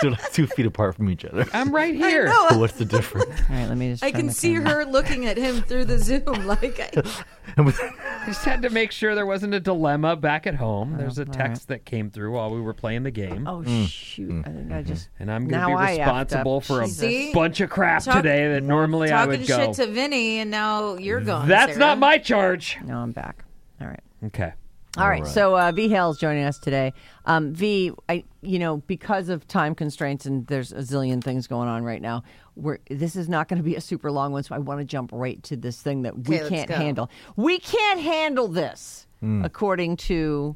They're like two feet apart from each other. I'm right here. So what's the difference? All right, let me just. I turn can the see camera. her looking at him through the Zoom. Like, I, And with- I just had to make sure there wasn't a dilemma back at home. There's a text that came through while we were playing the game. Oh shoot! I think I just. Mm. Mm-hmm. And I'm going to now be I effed up. responsible for a Jesus. See? bunch of crap Talk- today that normally I talking would go. shit to Vinny, and now you're going. That's Sarah. not my charge. No, I'm back. All right. Okay. All right. So uh, V Hale's joining us today. Um, v, I, you know, because of time constraints and there's a zillion things going on right now, we're, this is not going to be a super long one. So I want to jump right to this thing that we Okay, let's can't go. handle. We can't handle this, Hmm. according to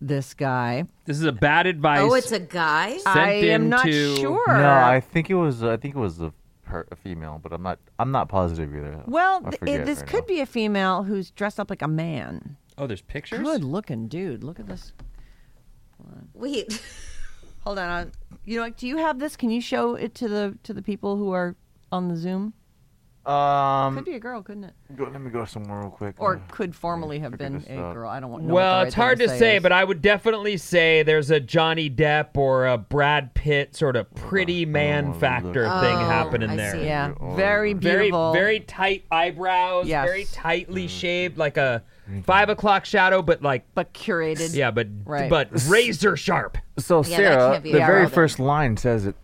this guy. This is a bad advice. Oh, it's a guy. sent I am in not to- sure. no, I think it was. I think it was a, her, a female, but I'm not. I'm not positive either. well, I th- forget it, this right could now. be a female who's dressed up like a man. Oh, there's pictures? Good looking dude. Look at this. Wait, Hold on. I'll- You know, what, do you have this? Can you show it to the to the people who are on the Zoom? Um, Could be a girl, couldn't it? go- let me go somewhere real quick. Or Uh, could formerly have figure been this a out. girl. I don't want. know what Well, the it's right hard thing to say, is. but I would definitely say there's a Johnny Depp or a Brad Pitt sort of pretty man factor Oh, thing happening I there. see. yeah, Oh, very very beautiful. very tight eyebrows Yes. very tightly shaved like a five o'clock shadow but like but curated. yeah but Right. but razor sharp so that Sarah, can't be the a very girl then. first line says it.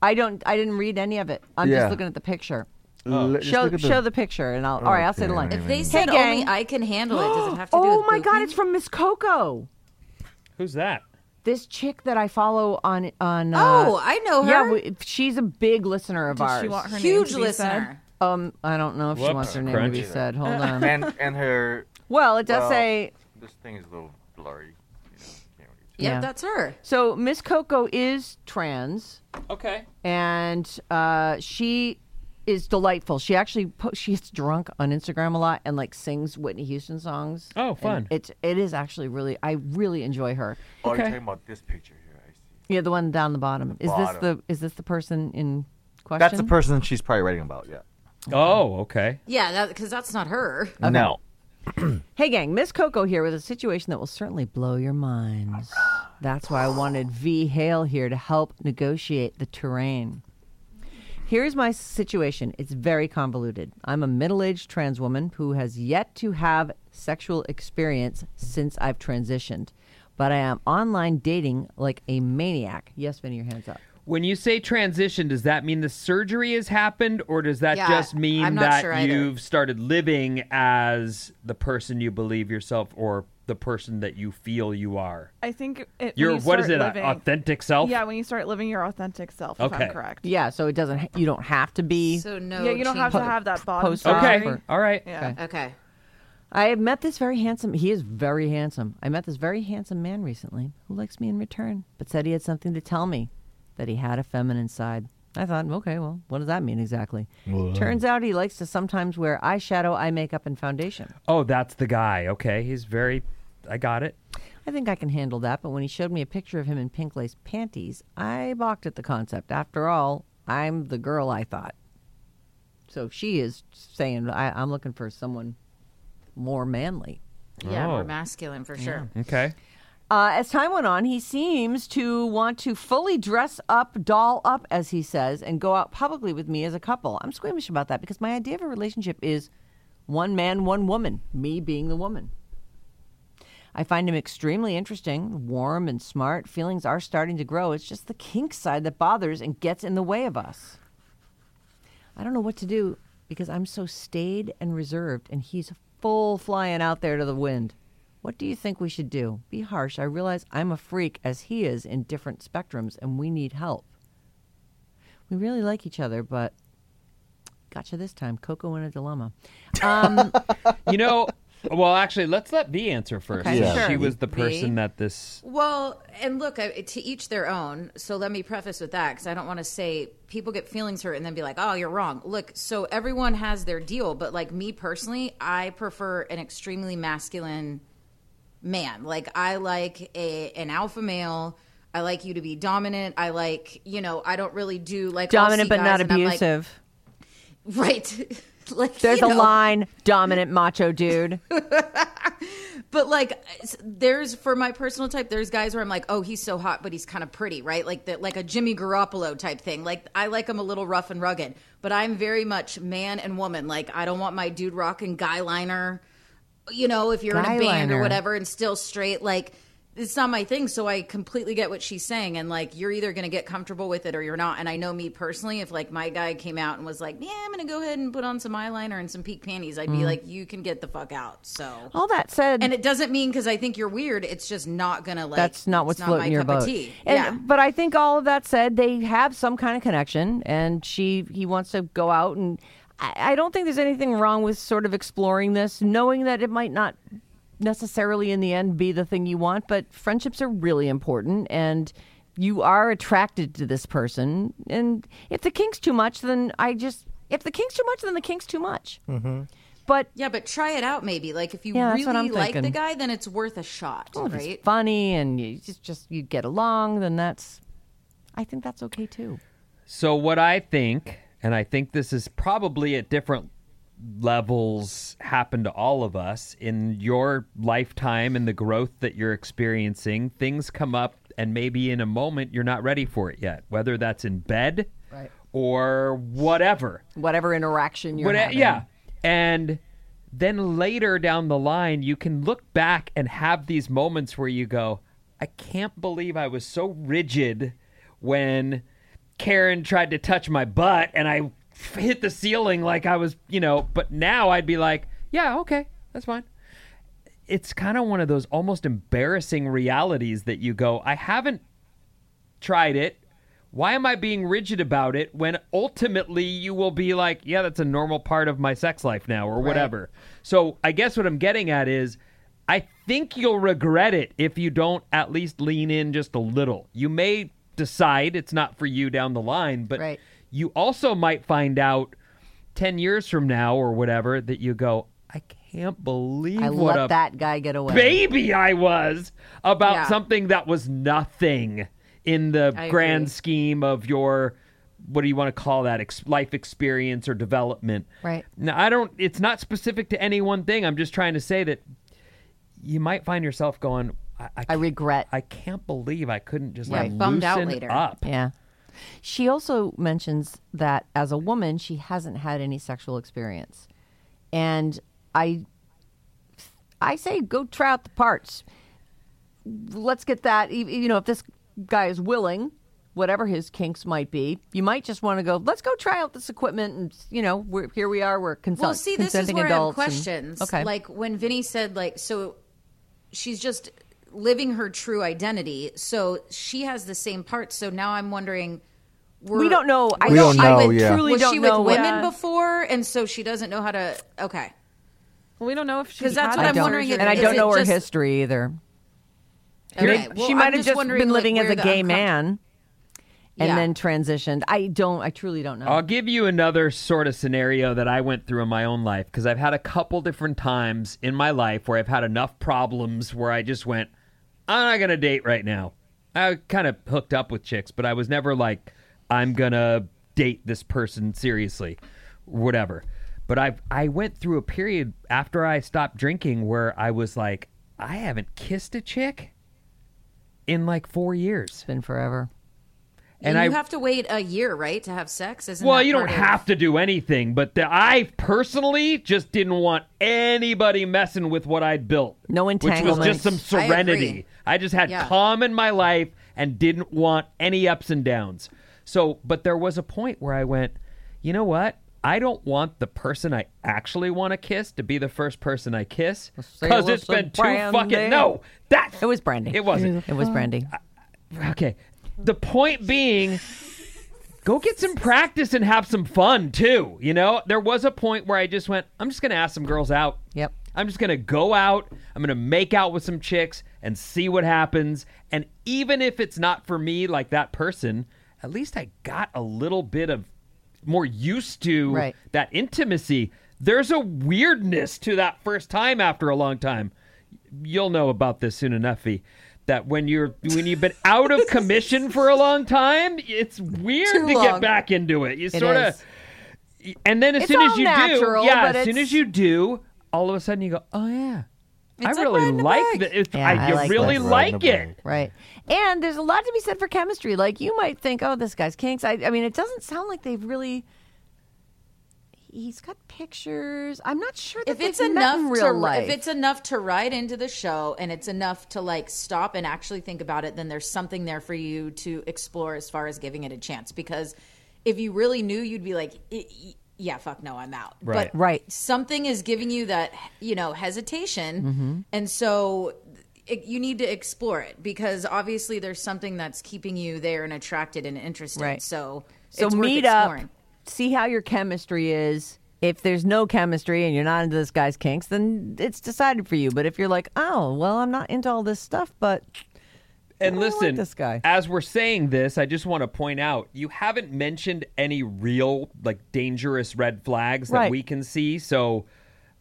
I don't. I didn't read any of it. I'm Yeah. just looking at the picture. L- just show look at show the picture, and I'll. all right, I'll say the Okay. line. if they Hey, said gang. only I can handle it, does it have to do oh with my God! booking? It's from Miss Coco. who's that This chick that I follow on on. Uh, Oh, I know her. Yeah, we, she's a big listener of ours. she want her name huge to be listener. um, I don't know if she Whoops, wants her name to be crunchy. said. Hold on. And and her. Well, it does Well- say This thing is a little blurry. You know, can't read. Yep, Yeah. that's her. so. Miss Coco is trans, okay and uh, she is delightful. She actually po- she gets drunk on Instagram a lot and like sings Whitney Houston songs. Oh, And fun. It's it is actually really I really enjoy her. Oh, you're Okay. talking about this picture here. I see. Yeah, the one down the bottom. is this the bottom. is this the person in question? That's the person she's probably writing about. Yeah. oh okay Yeah, because that's not her. No. Hey, gang, Miss Coco here with a situation that will certainly blow your minds. That's why I wanted V. Hale here to help negotiate the terrain. Here's my situation it's very convoluted. I'm a middle aged trans woman who has yet to have sexual experience since I've transitioned, but I am online dating like a maniac. Yes, Vinny, your hands up. when you say transition does that mean the surgery has happened or does that Yeah, just mean I'm not that sure either. you've started living as the person you believe yourself or the person that you feel you are I think it, when your you what is start it a- living- authentic self Yeah, when you start living your authentic self. If Okay. I'm correct. Yeah, so it doesn't, you don't have to be. So no. Yeah, you don't have to cheating. have that bottom. Post- side. okay Sorry. all right Yeah. Okay. I have met this very handsome. He is very handsome. I met this very handsome man recently who likes me in return, but said he had something to tell me that he had a feminine side. I thought, okay, well, what does that mean exactly? Turns out he likes to sometimes wear eyeshadow, eye makeup, and foundation. oh that's the guy okay he's very i got it I think I can handle that, but when he showed me a picture of him in pink lace panties, I balked at the concept. After all, I'm the girl I thought. So she is saying, I, I'm looking for someone more manly. Yeah, Oh. more masculine for sure. Okay. Uh, as time went on, he seems to want to fully dress up, doll up, as he says, and go out publicly with me as a couple. I'm squeamish about that because my idea of a relationship is one man, one woman, me being the woman. I find him extremely interesting, warm, and smart. Feelings are starting to grow. It's just the kink side that bothers and gets in the way of us. I don't know what to do because I'm so staid and reserved, and he's full flying out there to the wind. What do you think we should do? Be harsh. I realize I'm a freak as he is in different spectrums, and we need help. We really like each other, but gotcha this time. Coco in a dilemma. Um, You know, well, actually, let's let V answer first. Okay, since sure. She was the V. person that this. Well, and look, I, to each their own. So let me preface with that because I don't want to say people get feelings hurt and then be like, oh, you're wrong. Look, so everyone has their deal, but like me personally, I prefer an extremely masculine man. Like I like a an alpha male. I like you to be dominant. I like, you know, I don't really do like I'll dominant but see not guys and I'm like- abusive. right. like There's you a know. line, dominant macho dude. but like s- there's for my personal type there's guys where i'm like oh he's so hot but he's kind of pretty right like that like a jimmy garoppolo type thing like i like him a little rough and rugged but i'm very much man and woman like i don't want my dude rocking guy liner you know if you're in Guy a band liner. or whatever and still straight like it's not my thing so i completely get what she's saying and like you're either going to get comfortable with it or you're not and i know me personally if like my guy came out and was like yeah i'm going to go ahead and put on some eyeliner and some peak panties i'd be like you can get the fuck out so All that said, and it doesn't mean because I think you're weird. It's just not gonna like. that's not what's it's floating my in your cup boat. Of tea. And, yeah. But I think all of that said, they have some kind of connection, and she he wants to go out, and I, I don't think there's anything wrong with sort of exploring this, knowing that it might not necessarily in the end be the thing you want, but friendships are really important, and you are attracted to this person, and if the kink's too much, then I just if the kink's too much, then the kink's too much. Mm-hmm. But yeah, but try it out maybe. Like if you Yeah, that's really what I'm like thinking. the guy, then it's worth a shot, Well, Oh, if it's right? funny and you just just you get along, then that's I think that's okay too. So what I think, and I think this is probably at different levels happen to all of us in your lifetime and the growth that you're experiencing, things come up and maybe in a moment you're not ready for it yet, whether that's in bed Right. or whatever. Whatever interaction you're What- having. yeah. And then later down the line, you can look back and have these moments where you go, I can't believe I was so rigid when Karen tried to touch my butt and I f- hit the ceiling like I was, you know, but now I'd be like, yeah, okay, that's fine. It's kind of one of those almost embarrassing realities that you go, I haven't tried it. Why am I being rigid about it when ultimately you will be like, yeah, that's a normal part of my sex life now or whatever? So I guess what I'm getting at is I think you'll regret it if you don't at least lean in just a little. You may decide it's not for you down the line, but Right. you also might find out 10 years from now or whatever that you go, I can't believe I what let a that guy get away. baby I was about Yeah. something that was nothing in the I grand agree. scheme of your what do you want to call that ex- life experience or development. Right. Now I don't it's not specific to any one thing. I'm just trying to say that you might find yourself going I, I, I regret. I can't believe I couldn't just Yeah, like bummed out loosen later. up. yeah. She also mentions that as a woman, she hasn't had any sexual experience. And I I say go try out the parts. Let's get that y- you know, if this guy is willing, whatever his kinks might be, you might just want to go, let's go try out this equipment and you know, we're here we are, we're consent, Well, see, this is consenting where I have adults. and- questions. okay. Like when Vinny said, like, so she's just living her true identity. So she has the same parts. So now I'm wondering. Were, we don't know. I was don't, she I with- would yeah. truly was don't she with know what- women before, and so she doesn't know how to? Okay, Well, we don't know if she 'Cause that's had what it I'm or don't- wondering just- if- and I is don't it know her just- history either. okay. Maybe- Well, she I'm might have just just wondering, been like, living as where a the gay uncomfort- man and Yeah. then transitioned. I don't. I truly don't know. I'll give you another sort of scenario that I went through in my own life because I've had a couple different times in my life where I've had enough problems where I just went, I'm not going to date right now. I kind of hooked up with chicks, but I was never like, I'm going to date this person seriously. whatever. But I I went through a period after I stopped drinking where I was like, I haven't kissed a chick in like four years. It's been forever. And you I have to wait a year, right, to have sex? Isn't well, that you don't part of- have to do anything, but the, I personally just didn't want anybody messing with what I'd built. No Which was just entanglements. some I agree. serenity. I, just had Yeah. calm in my life and didn't want any ups and downs. So, but there was a point where I went, you know what? I don't want the person I actually want to kiss to be the first person I kiss say it because was it's been some too brandy. fucking no. That It was brandy. It wasn't. It Oh. was brandy. Okay. The point being, go get some practice and have some fun too. You know, there was a point where I just went, I'm just going to ask some girls out. Yep. I'm just going to go out. I'm going to make out with some chicks and see what happens. And even if it's not for me, like that person, at least I got a little bit of more used to Right. that intimacy. There's a weirdness to that first time after a long time. You'll know about this soon enough, V. That when you're when you've been out of commission for a long time, it's weird Too to long. get back into it. You sort of is. and then as It's soon as all you natural, do, yeah, but as soon it's- as you do, all of a sudden you go, oh yeah, It's I like really riding a like bike. that. Yeah, I you like really this. like Riding a it. bike. Right. And there's a lot to be said for chemistry. Like you might think, oh, this guy's kinks. I, I mean, it doesn't sound like they've really. He's got pictures. I'm not sure that If it's they've met enough in to real life. if it's enough to ride into the show and it's enough to like stop and actually think about it, then there's something there for you to explore as far as giving it a chance. Because if you really knew, you'd be like, "I- I- yeah, fuck no, I'm out. Right. But Right. something is giving you that you know hesitation, and so. It, you need to explore it because obviously there's something that's keeping you there and attracted and interested. Right. So, so it's worth meet up, exploring. see how your chemistry is. If there's no chemistry and you're not into this guy's kinks, then it's decided for you. But if you're like, oh, well, I'm not into all this stuff, but And I like listen, this guy. as we're saying this, I just want to point out you haven't mentioned any real like dangerous red flags that Right. we can see. So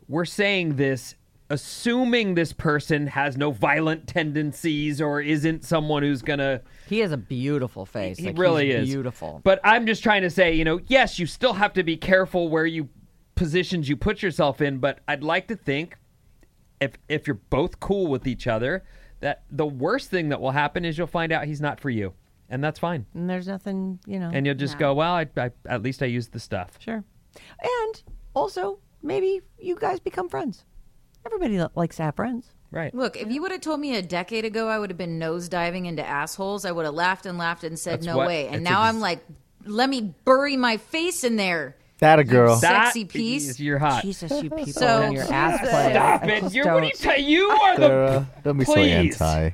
we're saying this assuming this person has no violent tendencies or isn't someone who's going to he has a beautiful face. He Like, really he's is beautiful. But I'm just trying to say, you know, yes, you still have to be careful where you positions you put yourself in. But I'd like to think, if if you're both cool with each other, that the worst thing that will happen is you'll find out he's not for you, and that's fine. and there's nothing, you know. And you'll just go, well, I, I, at least I used the stuff. Sure. And also, maybe you guys become friends. Everybody li- likes to have friends. Right. Look, if you would have told me a decade ago I would have been nose diving into assholes, I would have laughed and laughed and said That's no what- way. And it's now ex- I'm like, let me bury my face in there. That a girl. That- That Sexy piece. is- You're hot. Jesus, you people So- and your ass play. Stop I it. just You're, what do you don't- say? You are the. Sarah, don't be so Please. anti.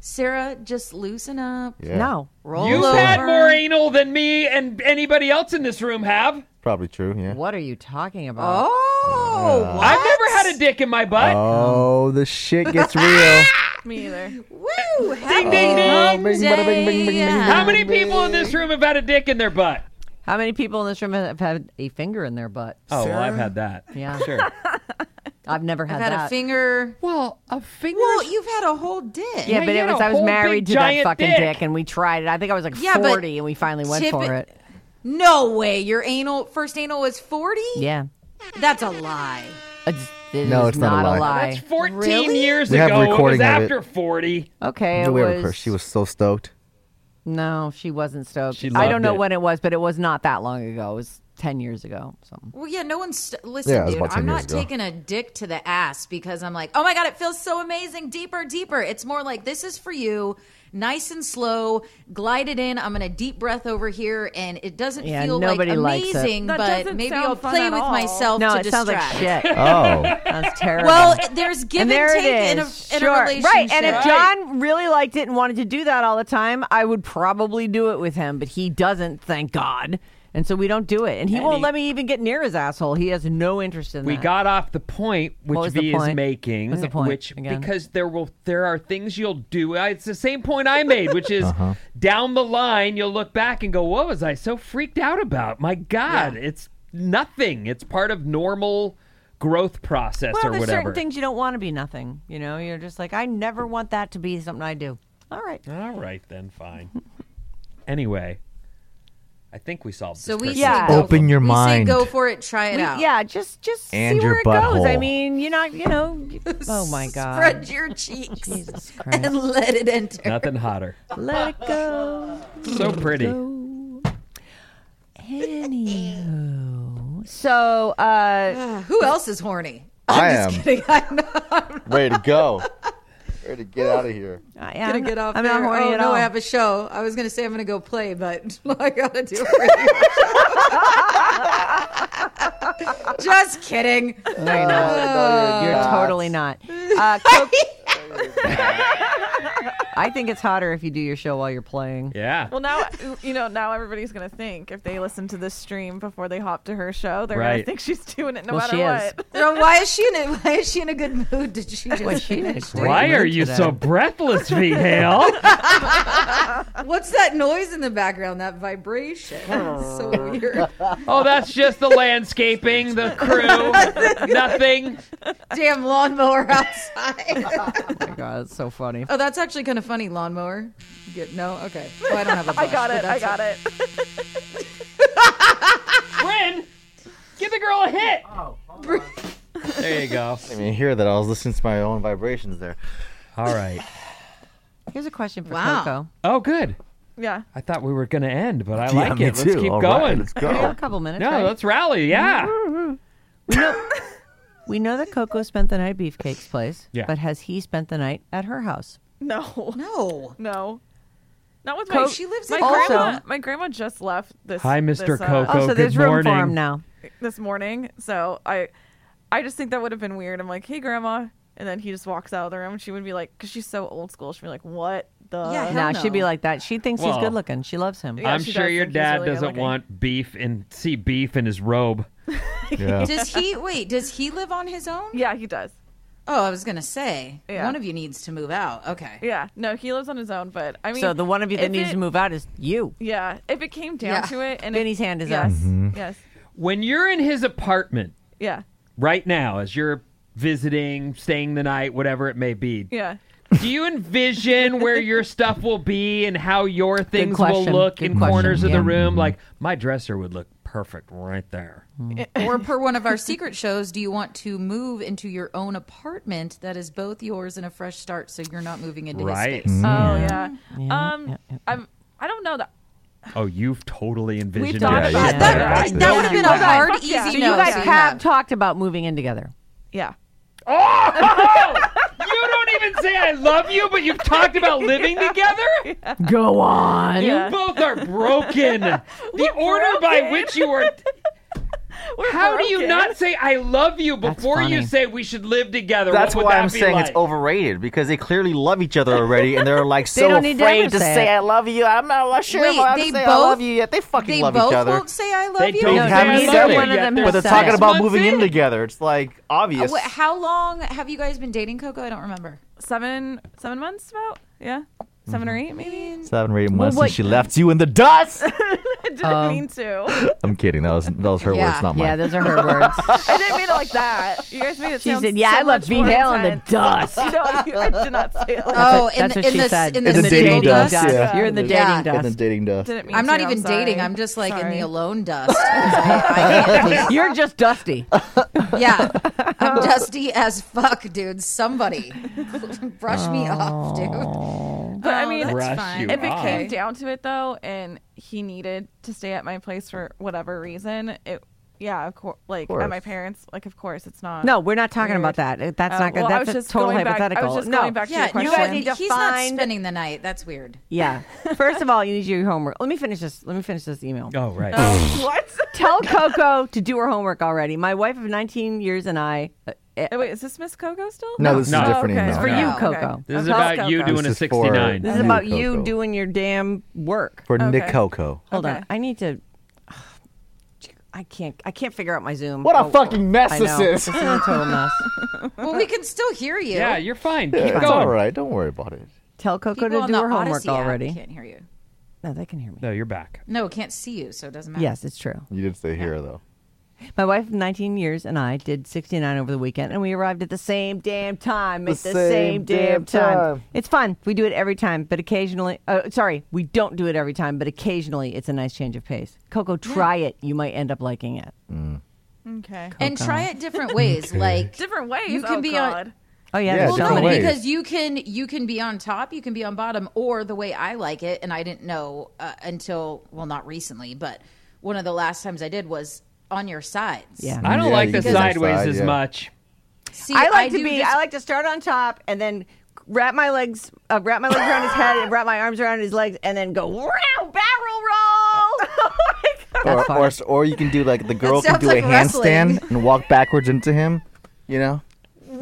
Sarah, just loosen up. Yeah, No. Roll You've over. had more anal than me and anybody else in this room have. Probably true. Yeah. What are you talking about? Oh, what? I've never had a dick in my butt. Oh, the shit gets real. Me either. Woo! Ding, ding, ding. Oh, bing, bada, bing, bing, bing, bing, How many people in this room have had a dick in their butt? How many people in this room have had a finger in their butt? Oh, well, I've had that. Yeah. Sure. I've never had, I've had that. a finger. well, a finger. Well, you've had a whole dick. Yeah, Yeah, but you it had was a I was whole married big to that giant fucking dick. dick. and we tried it. I think I was like Yeah, but 40 and we finally went tip for it- it. No way. Your anal first anal was 40? Yeah. That's a lie. It's, it No, is it's not a a lie. lie. That's 14 Really? years We have ago. a it was recording of it. after 40. okay, it You were with was, her. She was so stoked. No, she wasn't stoked. She I loved don't know it. when it was, but it was not that long ago. It was 10 years ago. Something. Well, yeah, no one's st- listen, Yeah, it was dude. about 10 I'm years not ago. taking a dick to the ass because I'm like, oh my god, it feels so amazing, deeper, deeper. It's more like this is for you, nice and slow, glide it in. I'm gonna deep breath over here, and it doesn't Yeah, feel nobody like likes it. amazing, That but doesn't maybe sound I'll fun play at with all. myself No, to it sounds like distract. shit. Oh, That's terrible. Well, there's give and, and there take it in a, is. in sure. a relationship, Right. And if Right. John really liked it and wanted to do that all the time, I would probably do it with him, but he doesn't, thank God. And so we don't do it. And he won't he- let me even get near his asshole. He has no interest in We that. got off the point which was the V is point? making. What's the point Which again? because there will there are things you'll do. I- It's the same point I made, which is down the line you'll look back and go, "What was I so freaked out about? My God, it's nothing. It's part of normal growth process well, or there's whatever." certain things you don't want to be nothing. You know, you're just like, I never want that to be something I do. All right. All right, then, fine. anyway, I think we solved. So this we person's say Yeah. go- Open your we mind. Say go for it. Try it We- out. yeah, just just And see your where it goes. I butthole. mean, you're not, you know. you- Oh my god. Spread your cheeks Jesus Christ. and let it enter. Nothing hotter. Let it go. So pretty. go. Anywho. So, uh, Who else is horny? I am ready to go. Ready to get out of here. I Gonna am- get off I'm there. not horny oh at no, all. I have a show. I was gonna say I'm gonna go play, but I gotta do a radio show. Just kidding. You're totally not. Uh, Coke- I think it's hotter if you do your show while you're playing. Yeah. Well, now you know. Now everybody's gonna think if they listen to this stream before they hop to her show, they're Right. gonna think she's doing it no Well, matter she is. what. So why is she in a why is she in a good mood? Did she just Boy, she did a finish? great Why mood are you today. so breathless, V Hale? What's that noise in the background? That vibration. It's so weird. Oh, that's just the landscaping, the crew, nothing. Damn lawnmower outside. Oh my god, it's so funny. oh, that's actually kind of funny. Lawnmower. Good. No. Okay. Well, I don't have a. I got it. I got it. Bryn, give the girl a hit. Oh, There you go. I mean, hear that? I was listening to my own vibrations there. All right. Here's a question for Wow. Coco. Oh, good. Yeah. I thought we were going to end, but I Yeah, like me it. too. Let's keep All right, going. let's We have a go. Mm-hmm. couple minutes. No, right? let's rally. Yeah. We know that Coco spent the night at Beefcake's place, Yeah. but has he spent the night at her house? No. No. No. Not with Co- my. She lives my in also- grandma. My grandma just left this. Hi, Mr. This, uh, Coco. Oh, so good there's room for him morning. now. this morning, so I, I just think that would have been weird. I'm like, hey, grandma, and then he just walks out of the room. She would be like, because she's so old school. She'd be like, what the? Yeah, hell Nah, she'd be no. like that. She thinks Well- he's good looking. She loves him. Yeah, I'm she sure does your think he's dad really good doesn't looking. want beef and see beef in his robe. Yeah. Does he wait? Does he live on his own? Yeah, he does. Oh, I was gonna say Yeah. one of you needs to move out. Okay. Yeah, no, he lives on his own. But I mean, so the one of you that if needs it- to move out is you. Yeah, if it came down Yeah. to it, and Vinny's it, hand is yes, up. yes, When you're in his apartment yeah, right now, as you're visiting, staying the night, whatever it may be, yeah. do you envision where your stuff will be and how your things will question. look Good in question, corners of yeah. the room? Like, my dresser would look perfect right there. Or per one of our secret shows, do you want to move into your own apartment that is both yours and a fresh start, so you're not moving into Right. Mm-hmm. his space? Oh yeah. Yeah, um, yeah, yeah. I'm. I don't know that. Oh, you've totally envisioned thought it. about Yeah, you that. better That- ask That would this. have been Yeah. a hard, Fuck easy yeah. So no. you guys to have have. talked about moving in together. Yeah. You don't even say I love you, but you've talked about living together? Go on. Yeah. Both are broken. The order by broken. which you are. We're How do you broken. not say I love you before you funny. say we should live together? That's what would why that I'm be saying like? it's overrated because they clearly love each other already, and they're like so don't need to afraid ever to say say, it. "I love you." I'm not sure Wait, if I they say I love both- you yet. They fucking They love both each other, won't say I love They you. don't No, say haven't I said love it. you One of yet. them They're has but they're said six talking about months moving in in. together. It's like obvious. Wha- How long have you guys been dating, Coco? I don't remember. Seven, seven months about. Yeah, Mm-hmm. 7 or eight maybe. Seven or eight months what- since she left you in the dust. I didn't Um, mean to. I'm kidding. That was that was her Yeah. words, not mine. Yeah, those are her words. I didn't mean it like that. You guys made it She sound. said, "Yeah, so I love much V more Hale in the intense." dust." No, you- I did not say it. Like that. Oh, in That's the, what in she the said. in the, In the dating single dust, dust. yeah. You're in the dating Yeah. dust. dating dust. Didn't mean I'm not to, even sorry. dating. I'm just like in Sorry. the alone dust. I- I hate You're just dusty. Oh. Yeah. I'm dusty as fuck, dude. Somebody brush me off, dude. But, I mean, that's Oh, Brush fine. you If it off. came down to it, though, and he needed to stay at my place for whatever reason, it yeah, of course, like at my course. parents, like of course, it's not. No, we're not talking Weird. about that. It- That's Uh, not good. well, I That's was a just total going back- I was hypothetical. just no, going back to yeah, your no, you guys question. need to he's find. not spending the night. That's weird. yeah. First of all, you need to do your homework. Let me finish this. Let me finish this email. Oh right. what? Tell Coco to do her homework already. My wife of 19 years and I. uh, uh, Wait, is this Miss Coco still? No, this is a No. different okay. email. It's for No. you, Okay. Coco. This is Okay. about you This doing a is for- 69. This Ooh, is about you Coco. doing your damn work. For Nick Okay. Coco. Hold Okay. on. I need to. I can't. I can't figure out my Zoom. What a Oh, fucking mess I this know. is. This is a total mess. Well, we can still hear you. Yeah, you're fine. Keep It's going. all right. Don't worry about it. Tell Coco People to on do the her homework Odyssey app already. can't hear you. No, they can hear me. No, you're back. No, can't see you, so it doesn't matter. Yes, it's true. You did say here though. My wife of 19 years and I did 69 over the weekend, and we arrived at the same damn time. At the, same, damn time. It's fun. We do it every time, but occasionally, uh, sorry, we don't do it every time, but occasionally it's a nice change of pace. Coco, try it. You might end up liking it. Okay. and try it different ways. Like Different ways. You can oh, be God. on. Oh, Yeah, yeah. there's different so many. ways. because you can you can be on top, you can be on bottom, or the way I like it, and I didn't know uh, until well, not recently, but one of the last times I did was on your sides. Yeah. I don't Yeah, like you the can go sideways side, as yeah. much. See, I like to do be. this- I like to start on top and then wrap my legs, uh, wrap my legs around his head, and wrap my arms around his legs, and then go wow, barrel roll. Or, or, s- or you can do like the girl can That do sounds a like wrestling. handstand and walk backwards into him, you know.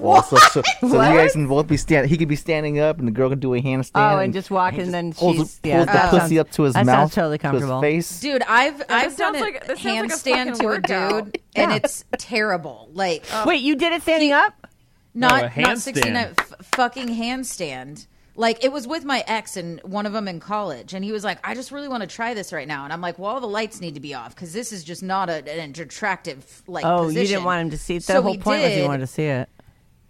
Also, so, so you guys can both be stand. He could be standing up, and the girl can do a handstand. Oh, and just walk, and then pulls, she's- the- yeah, pulls that the pussy sounds- up to his that mouth, sounds totally to his comfortable. face. Dude, I've I've done sounds a like- that sounds like a handstand fucking to a workout. dude, and it's terrible. Like Wait, you did it standing up? No, not a not handstand. 69 f- fucking handstand like it was with my ex and one of them in college and he was like i just really want to try this right now and i'm like well all the lights need to be off because this is just not a, an attractive like Oh, you position." didn't want him to see. The So whole we point was you did, wanted to see it.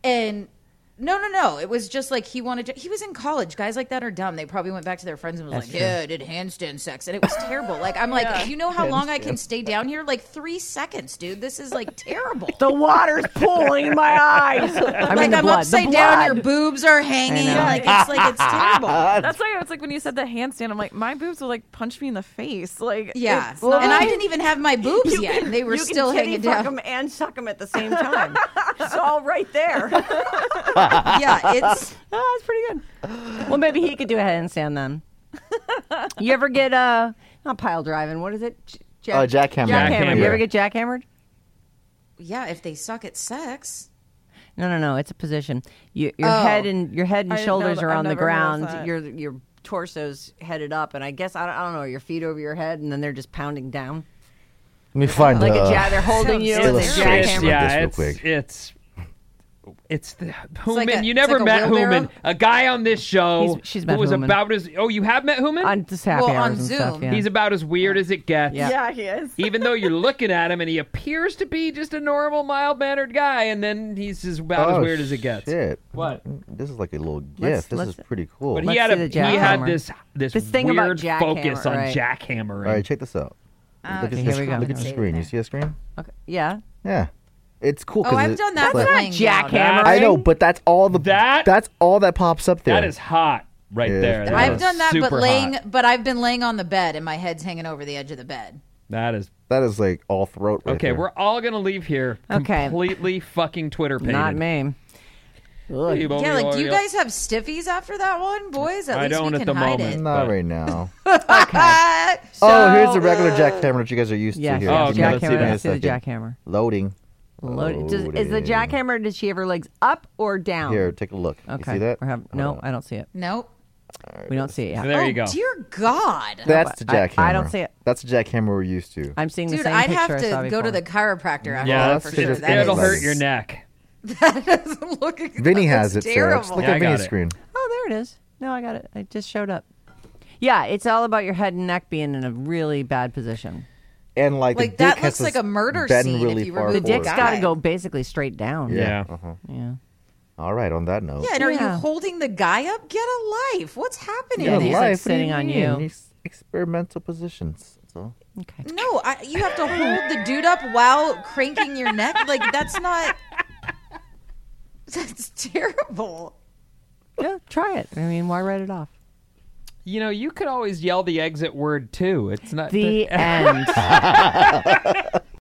and no no no it was just like he wanted to he was in college guys like that are dumb they probably went back to their friends and was like yeah i did handstand sex and it was terrible like i'm like you know how long i can stay down here like three seconds dude this is like terrible The water's pulling in my eyes. I mean, like the i'm blood. upside the down blood. your boobs are hanging know. like it's like it's terrible That's why it's like when you said the handstand, I'm like, my boobs will like punch me in the face. Like, Yeah, it's and not- I didn't even have my boobs You yet. can- they were you can still titty hanging fuck down. 'em and suck them at the same time. it's all right there. oh, yeah, it's that's pretty good. Well, maybe he could do a handstand then. You ever get uh not pile driving? What is it? J- Jack- Uh, jackhammer. Jackhammer. You Jackhammer. ever get jackhammered? yeah. If they suck at sex, No, no, no. It's a position. You, your Oh. head and your head and I didn't know shoulders that- are I've on the never realized ground. that. Your your torso's headed up, and I guess I don't, I don't know. Are your feet over your head, and then they're just pounding down Let me find like uh, a jab. They're holding you, and they illustration. Jackhammer. It's- Look jackhammer. yeah, this real it's, quick. it's it's the Hooman. like a- you it's never like a met wheelbarrow. Hooman, a guy on this show He's- she's who met was Hooman. about as oh you have met Hooman. On just happy Well, on hours and stuff. Zoom. Yeah. He's about as weird as it gets. Yeah. Yeah, he is. Even though you're looking at him and he appears to be just a normal, mild mannered guy, and then he's as about Oh, as weird as it gets. Shit. What? This is like a little gift. Let's- this is let's- pretty cool. But All he had see a the he had jackhammer. this this, This thing about weird focus jackhammer, on right. jackhammering. right, check this out. look at, okay, the here sc- we go. look at the Okay. screen. You see a screen? Okay. yeah. Yeah. It's cool. 'cause oh, I've it- done that. it's like- playing down. jackhammer. I know, but that's all the That- that's all that pops up there. That is hot right Yeah, there. it's That I've is done that, but super laying, hot. but I've been laying on the bed, and my head's hanging over the edge of the bed. That is that is like all throat. Right okay. there. We're all gonna leave here Okay. completely fucking Twitter painted. Oh, Not me. Leave over yeah, like, do you your- guys have stiffies after that one, boys? At I least don't we at the can hide moment. it. not but- right now. Ah, oh, here's the regular uh, jackhammer that you guys are used Yeah. to here. Oh, Just give me a jackhammer. okay, that. I see the second. jackhammer. Loading. Loaded. Does, is the Loading. jackhammer? Does she have her legs up or down? Here, take a look. Okay. You see that? Or have- Hold no, on. I don't see it. nope. We don't see it. Yet. There oh, you go. Dear God, That's the I- I jackhammer. don't see it. That's the jackhammer we're used to. I'm seeing the dude, same I'd picture have I saw to go to the before. chiropractor after Yeah, that that's for the sure. difference. That it'll is- hurt your neck. is looking. Vinny that's has it, Sarah. Terrible. Just look Yeah, I at Vinny's got it. screen. Oh, there it is. No, I got it. It just showed up. Yeah, it's all about your head and neck being in a really bad position. And like, Like, the dick that has looks to like a murder bend scene if Really you far remove The Poor dick's guy. forward. got to go basically straight down. Yeah. uh-huh. Yeah. All right. On that note. Yeah, and are Yeah. you holding the guy up? Get a life. What's happening? Yeah, Good he's, life. like, What do sitting on mean? you. He's experimental positions. That's all. Okay. No, I, you have to hold the dude up while cranking your neck. Like that's not. That's terrible. Yeah, try it. I mean, why write it off? You know, you could always yell the exit word too. It's not The end.